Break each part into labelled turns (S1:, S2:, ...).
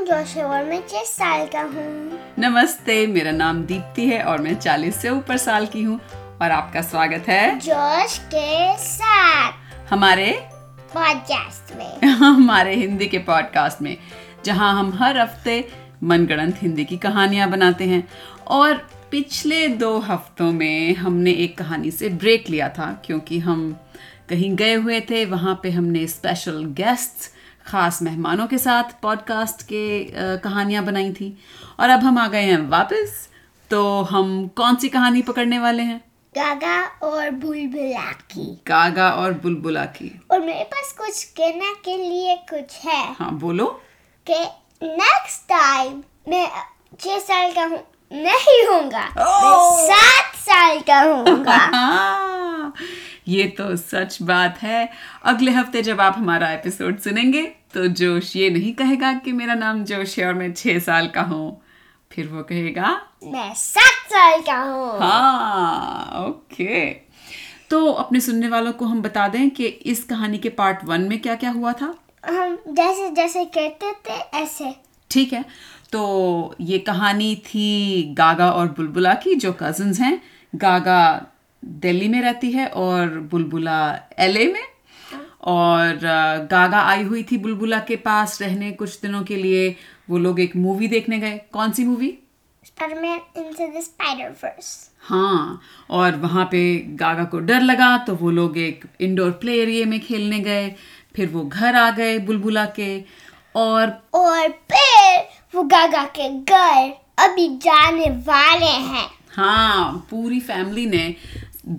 S1: और मैं छह साल का हूँ
S2: नमस्ते मेरा नाम दीप्ति है और मैं 40 से ऊपर साल की हूँ और आपका स्वागत है
S1: जोश के साथ
S2: हमारे
S1: पॉडकास्ट में
S2: हमारे हिंदी के पॉडकास्ट में जहाँ हम हर हफ्ते मनगढ़ंत हिंदी की कहानियाँ बनाते हैं और पिछले दो हफ्तों में हमने एक कहानी से ब्रेक लिया था क्योंकि हम कहीं गए हुए थे वहाँ पे हमने स्पेशल गेस्ट खास मेहमानों के साथ पॉडकास्ट के अ, कहानियाँ बनाई थी और अब हम आ गए हैं वापस तो हम कौन सी कहानी पकड़ने वाले हैं
S1: गागा और बुलबुला की
S2: गागा और बुलबुला की
S1: और मेरे पास कुछ कहना के लिए कुछ है
S2: हाँ बोलो
S1: कि नेक्स्ट टाइम मैं छह साल का हूँ नहीं होऊंगा मैं सात साल का होऊंगा
S2: हाँ, ये तो सच बात है अगले हफ्ते जब आप हमारा एपिसोड सुनेंगे तो जोश ये नहीं कहेगा कि मेरा नाम जोश है और मैं छह साल का हूँ फिर वो कहेगा
S1: मैं सात साल का हूँ
S2: हाँ ओके तो अपने सुनने वालों को हम बता दें कि इस कहानी के पार्ट वन में क्या क्या हुआ था
S1: हम जैसे जैसे कहते थे ऐसे
S2: ठीक है तो ये कहानी थी गागा और बुलबुला की जो कजन्स हैं गागा दिल्ली में रहती है और बुलबुला एलए में और अ, गागा आई हुई थी बुलबुला के पास रहने कुछ दिनों के लिए वो लोग एक मूवी देखने गए कौन सी movie
S1: Spiderman into the Spiderverse
S2: हाँ और वहाँ पे गागा को डर लगा तो वो लोग एक इंडोर प्ले एरिया में खेलने गए फिर वो घर आ गए बुलबुला के और
S1: और फिर वो गागा के घर अभी जाने वाले हैं
S2: हाँ पूरी फैमिली ने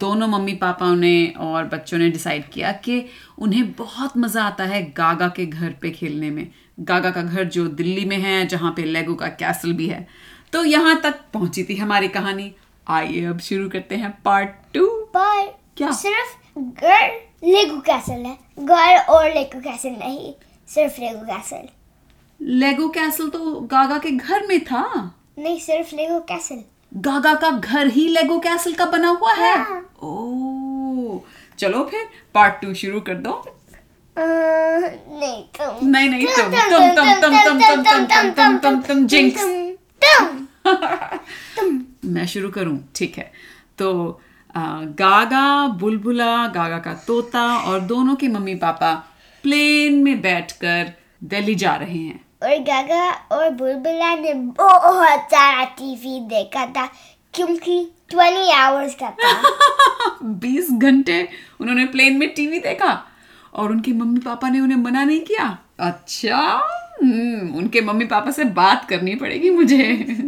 S2: दोनों मम्मी पापाओं ने और बच्चों ने डिसाइड किया कि उन्हें बहुत मज़ा आता है गागा के घर पे खेलने में गागा का घर जो दिल्ली में है जहाँ पे लेगो का कैसल भी है तो यहाँ तक पहुँची थी हमारी कहानी आइए अब शुरू करते हैं पार्ट टू
S1: पर
S2: क्या?
S1: सिर्फ घर लेगो कैसल है घर और लेगो कैसल नहीं सिर्फ लेगो कैसल
S2: लेगो कैसल तो गागा के घर में था
S1: नहीं सिर्फ लेगो कैसल
S2: गागा का घर ही लेगो कैसल का बना हुआ है
S1: हाँ।
S2: ओ चलो फिर पार्ट टू शुरू कर दो
S1: अह, नहीं तुम
S2: नहीं, नहीं, तुम, तुम, तुम, तुम, तुम, तुम, तुम, तुम, तुम, तुम, तुम, jinx।
S1: तुम, तुम।
S2: मैं शुरू करूं ठीक है तो आ, गागा बुलबुला गागा का तोता और दोनों के मम्मी पापा प्लेन में बैठकर दिल्ली जा रहे हैं
S1: और गागा और बुलबुला ने बहुत सारा टीवी देखा था क्योंकि ट्वेंटी आवर्स का था
S2: 20 घंटे उन्होंने प्लेन में टीवी देखा और उनके मम्मी पापा ने उन्हें मना नहीं किया अच्छा हम्म, उनके मम्मी पापा से बात करनी पड़ेगी मुझे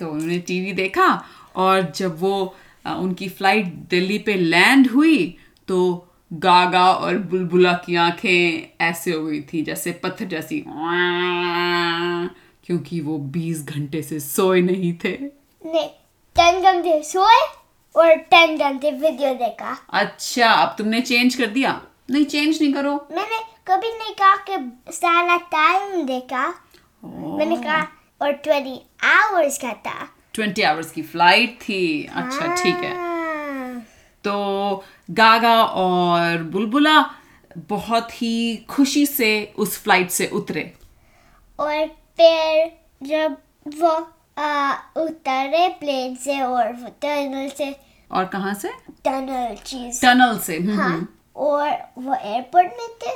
S2: तो उन्होंने टीवी देखा और जब वो अ, उनकी फ्लाइट दिल्ली पे लैंड हुई तो गागा और बुलबुला की आंखें ऐसे हो गई थी जैसे पत्थर जैसी क्योंकि वो 20 घंटे से सोए नहीं थे
S1: नहीं टेन घंटे सोए और टेन घंटे वीडियो देखा
S2: अच्छा अब तुमने चेंज कर दिया नहीं चेंज नहीं करो
S1: मैंने कभी नहीं कहा कि सारा टाइम देखा मैंने कहा और ट्वेंटी आवर्स का था
S2: ट्वेंटी आवर्स की फ्लाइट थी अच्छा ठीक है
S1: हाँ।
S2: तो गागा और बुलबुला बहुत ही खुशी से उस फ्लाइट से उतरे
S1: और फिर जब वो आ, उतरे प्लेन से और वो टनल से
S2: और कहाँ से
S1: टनल चीज
S2: टनल से हम्म,
S1: हाँ
S2: हम्म।
S1: और वो एयरपोर्ट में थे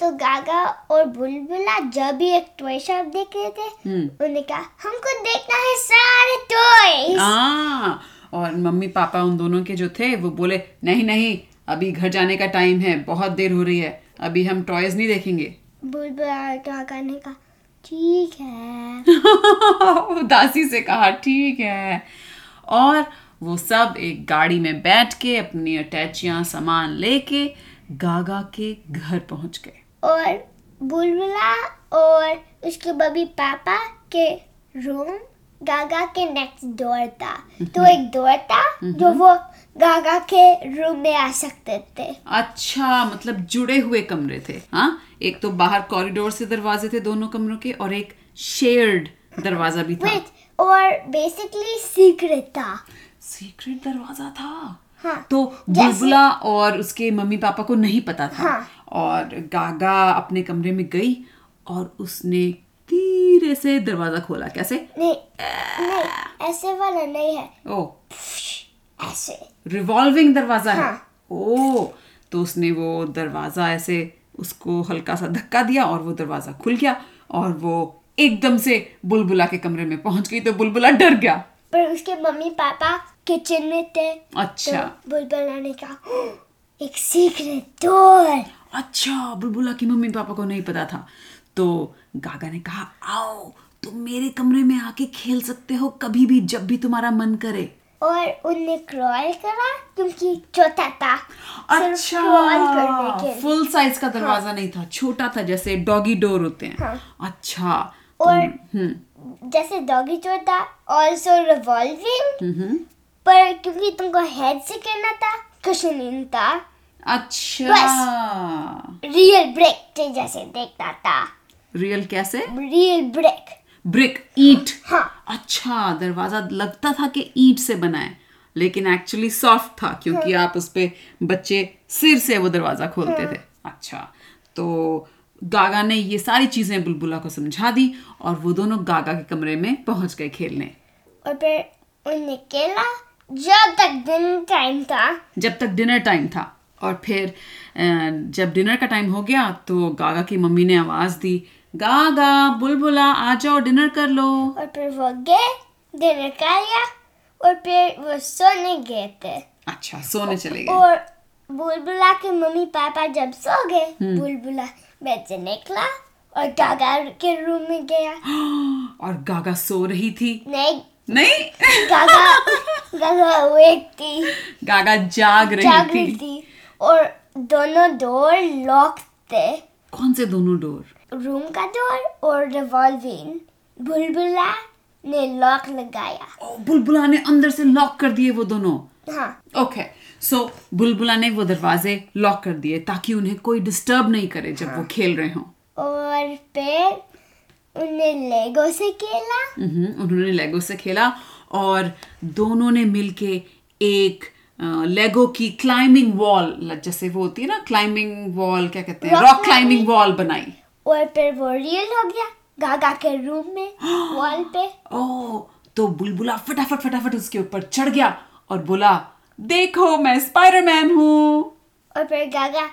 S1: तो गागा और बुलबुला जब भी एक टॉय शॉप देख रहे थे उन्होंने कहा हमको देखना है सारे टॉय
S2: हाँ। आ, और मम्मी पापा उन दोनों के जो थे वो बोले नहीं नहीं अभी घर जाने का टाइम है बहुत देर हो रही है अभी हम टॉयज नहीं देखेंगे
S1: बुलबुला ने गागा ने कहा ठीक है
S2: उदासी से कहा ठीक है और वो सब एक गाड़ी में बैठ के अपनी अटैचियां सामान लेके गागा के घर पहुंच गए
S1: और बुलबुला और उसके बबी पापा के रूम गागा के नेक्स्ट डोर था तो एक डोर था जो वो गागा के रूम में आ सकते थे
S2: अच्छा मतलब जुड़े हुए कमरे थे हाँ एक तो बाहर कॉरिडोर से दरवाजे थे दोनों कमरों के और एक शेयर्ड दरवाजा भी था
S1: Wait, और बेसिकली सीक्रेट था
S2: सीक्रेट दरवाजा था
S1: हाँ
S2: तो
S1: जैसे-
S2: बुलबुला और उसके मम्मी पापा को नहीं पता था
S1: हाँ।
S2: और गागा अपने कमरे में गई और उसने तीन धीरे से दरवाजा खोला कैसे
S1: नहीं नहीं ऐसे वाला नहीं है
S2: ओ
S1: ऐसे
S2: रिवॉल्विंग दरवाजा है
S1: हाँ।
S2: ओ तो उसने वो दरवाजा ऐसे उसको हल्का सा धक्का दिया और वो दरवाजा खुल गया और वो एकदम से बुलबुला के कमरे में पहुंच गई तो बुलबुला डर गया
S1: पर उसके मम्मी पापा किचन में थे
S2: अच्छा
S1: तो बुलबुला ने कहा एक सीक्रेट डोर
S2: अच्छा बुलबुला की मम्मी पापा को नहीं पता था तो गागा ने कहा आओ तुम मेरे कमरे में आके खेल सकते हो कभी भी जब भी तुम्हारा मन करे
S1: और उनने क्रॉल करा क्योंकि छोटा था सिर्फ क्रॉल करने
S2: अच्छा
S1: के लिए। हाँ।
S2: फुल साइज अच्छा, का दरवाजा नहीं था छोटा था जैसे डॉगी डोर होते हैं अच्छा तो-
S1: हाँ। और-
S2: हम्म
S1: जैसे डॉगी चोर था ऑल्सो रिवॉल्विंग पर क्योंकि तुमको हेड से करना था कुशन नहीं था
S2: अच्छा
S1: रियल ब्रेक के जैसे देखता था
S2: रियल कैसे
S1: रियल ब्रेक
S2: ब्रिक ईट
S1: हाँ
S2: अच्छा दरवाजा लगता था कि ईट से बना है लेकिन एक्चुअली सॉफ्ट था क्योंकि आप उस पे बच्चे सिर से वो दरवाजा खोलते थे अच्छा तो गागा ने ये सारी चीजें बुलबुला को समझा दी और वो दोनों गागा के कमरे में पहुंच गए खेलने
S1: और फिर उन्हें खेला जब तक दिन टाइम था
S2: जब तक डिनर टाइम था और फिर अ, जब डिनर का टाइम हो गया तो गागा की मम्मी ने आवाज़ दी गागा बुलबुला आ जाओ डिनर कर लो
S1: और फिर वो गए डिनर कर लिया और फिर वो सोने गए थे
S2: अच्छा सोने चले गए
S1: और बुलबुला के मम्मी पापा जब सो गए बुलबुला बेड से निकला और गागा के रूम में गया
S2: और गागा सो रही थी
S1: नहीं
S2: नहीं
S1: गागा गागा वेक थी
S2: गागा जाग रही
S1: जाग
S2: थी
S1: रही थी और दोनों डोर लॉक थे
S2: कौन से दोनों डोर
S1: रूम का डोर और रिवॉल्विंग बुलबुला ने लॉक लगाया
S2: ओ बुलबुला ने अंदर से लॉक कर दिए वो दोनों
S1: हाँ
S2: ओके सो बुलबुला ने वो दरवाजे लॉक कर दिए ताकि उन्हें कोई डिस्टर्ब नहीं करे जब वो खेल रहे हों
S1: और फिर उन्हें लेगो से खेला
S2: मम्हम, Mm-hmm, उन्होंने लेगो से खेला और दोनों ने मिलके एक अ, लेगो की क्लाइंबिंग वॉल जैसे वो होती है ना क्लाइंबिंग वॉल क्या कहते हैं
S1: Rock
S2: रॉक क्लाइंबिंग वॉल बनाई
S1: और फिर वो रियल हो गया गागा के रूम में वॉल पे
S2: ओ तो बुलबुला फटाफट फटाफट उसके ऊपर चढ़ गया और बोला देखो मैं स्पाइडरमैन हूँ
S1: और फिर गागा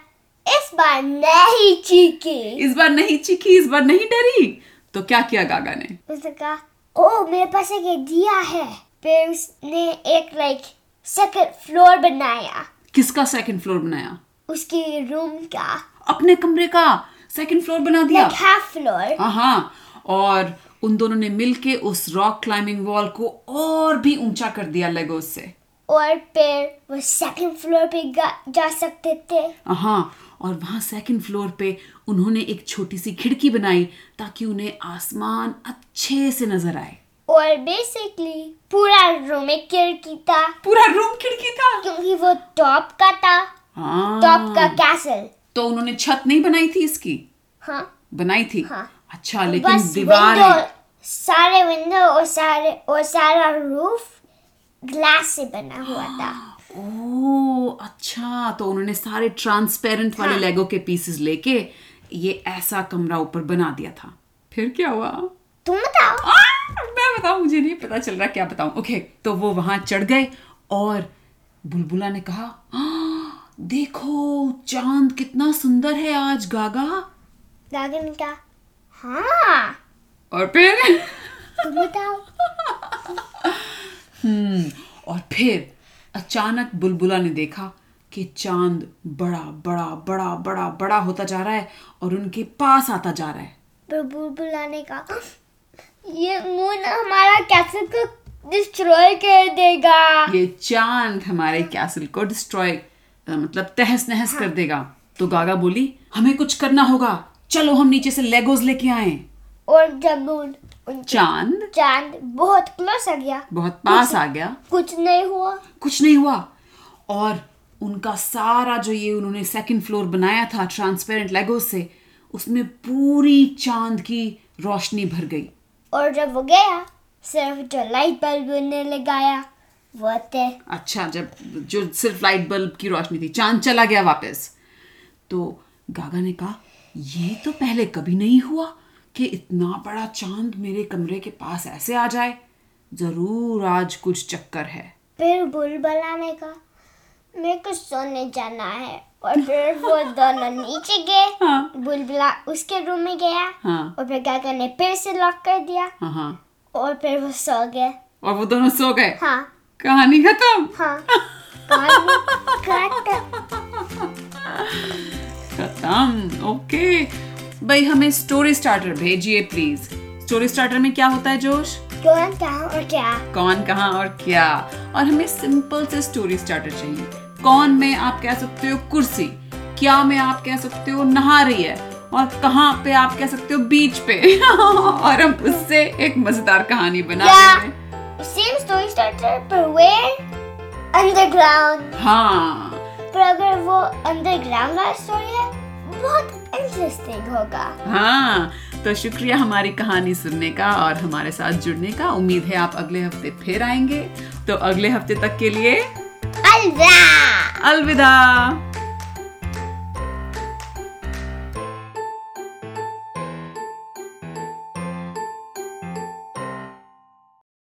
S1: इस बार नहीं चीखी
S2: इस बार नहीं चिकी इस बार नहीं डरी तो क्या किया गागा ने
S1: उसने कहा ओ मेरे पास एक आइडिया है फिर उसने एक लाइक सेकंड फ्लोर बनाया
S2: किसका सेकंड फ्लोर बनाया
S1: उसके रूम का
S2: अपने कमरे का सेकंड फ्लोर बना दिया
S1: लाइक हाफ फ्लोर
S2: हाँ हाँ और उन दोनों ने मिलके उस रॉक क्लाइंबिंग वॉल को और भी ऊंचा कर दिया लेगोस से
S1: और फिर वो सेकंड फ्लोर पे गा- जा सकते थे
S2: हाँ और वहाँ सेकंड फ्लोर पे उन्होंने एक छोटी सी खिड़की बनाई ताकि उन्हें आसमान अच्छे से नजर आए
S1: और बेसिकली पूरा रूम एक खिड़की था
S2: पूरा रूम खिड़की था
S1: क्योंकि वो टॉप का था टॉप
S2: हाँ
S1: का कैसल
S2: तो उन्होंने छत नहीं बनाई थी इसकी
S1: हाँ
S2: बनाई थी
S1: हाँ।
S2: अच्छा
S1: बस
S2: लेकिन
S1: विंडो
S2: दीवार
S1: सारे विंडो और सारे और सारा रूफ ग्लास से बना हुआ था
S2: ओ अच्छा तो उन्होंने सारे ट्रांसपेरेंट वाले
S1: हाँ।
S2: लेगो के पीसेस लेके ये ऐसा कमरा ऊपर बना दिया था फिर क्या हुआ
S1: तुम बताओ
S2: आ, मैं बताऊं मुझे नहीं पता चल रहा क्या बताऊं ओके तो वो वहां चढ़ गए और बुलबुला ने कहा "आ, देखो चांद कितना सुंदर है आज गागा
S1: गागन का हाँ
S2: और फिर
S1: तुम बताओ
S2: हम्म, और फिर अचानक बुलबुला ने देखा कि चांद बड़ा बड़ा बड़ा बड़ा बड़ा होता जा रहा है और उनके पास आता जा रहा है
S1: पर बुलबुला ने कहा ये मून हमारा कैसल को डिस्ट्रॉय कर देगा
S2: ये चांद हमारे कैसल को डिस्ट्रॉय मतलब तहस नहस कर देगा तो गागा बोली हमें कुछ करना होगा चलो हम नीचे से लेगोज लेके आए
S1: और जब मून उन
S2: चांद
S1: चांद बहुत क्लोज आ गया
S2: बहुत पास आ गया
S1: कुछ नहीं हुआ
S2: कुछ नहीं हुआ और उनका सारा जो ये उन्होंने सेकंड फ्लोर बनाया था ट्रांसपेरेंट लेगो से उसमें पूरी चांद की रोशनी भर गई
S1: और जब वो गया सिर्फ जो लाइट बल्ब ने लगाया वो थे
S2: अच्छा जब जो सिर्फ लाइट बल्ब की रोशनी थी चांद चला गया वापस तो गागा ने कहा ये तो पहले कभी नहीं हुआ कि इतना बड़ा चांद मेरे कमरे के पास ऐसे आ जाए ज़रूर आज कुछ चक्कर है
S1: फिर बुलबुला ने कहा मेरे को सोने जाना है और फिर वो दोनों नीचे गए
S2: हाँ।
S1: बुलबुला उसके रूम में गया
S2: हाँ।
S1: और फिर गागा ने फिर से लॉक कर दिया
S2: हाँ हाँ
S1: और फिर वो सो गए
S2: और वो दोनों सो गए
S1: हाँ
S2: कहानी खत्म
S1: हाँ कहानी खत्म।
S2: खत्म ओके भाई हमें स्टोरी स्टार्टर भेजिए प्लीज स्टोरी स्टार्टर में क्या होता है जोश
S1: कौन कहा और क्या
S2: कौन कहाँ और क्या और हमें सिंपल से स्टोरी स्टार्टर चाहिए कौन में आप कह सकते हो कुर्सी क्या में आप कह सकते हो नहा रही है और कहाँ पे आप कह सकते हो बीच पे और हम उससे एक मजेदार कहानी बना
S1: Yeah.
S2: रहे हैं
S1: सेम स्टोरी स्टार्टर पर वेयर अंडरग्राउंड
S2: हाँ
S1: पर अगर वो अंडरग्राउंड वाला स्टोरी है बहुत इंटरेस्टिंग होगा
S2: हाँ तो शुक्रिया हमारी कहानी सुनने का और हमारे साथ जुड़ने का उम्मीद है आप अगले हफ्ते फिर आएंगे तो अगले हफ्ते तक के लिए
S1: अलविदा
S2: अलविदा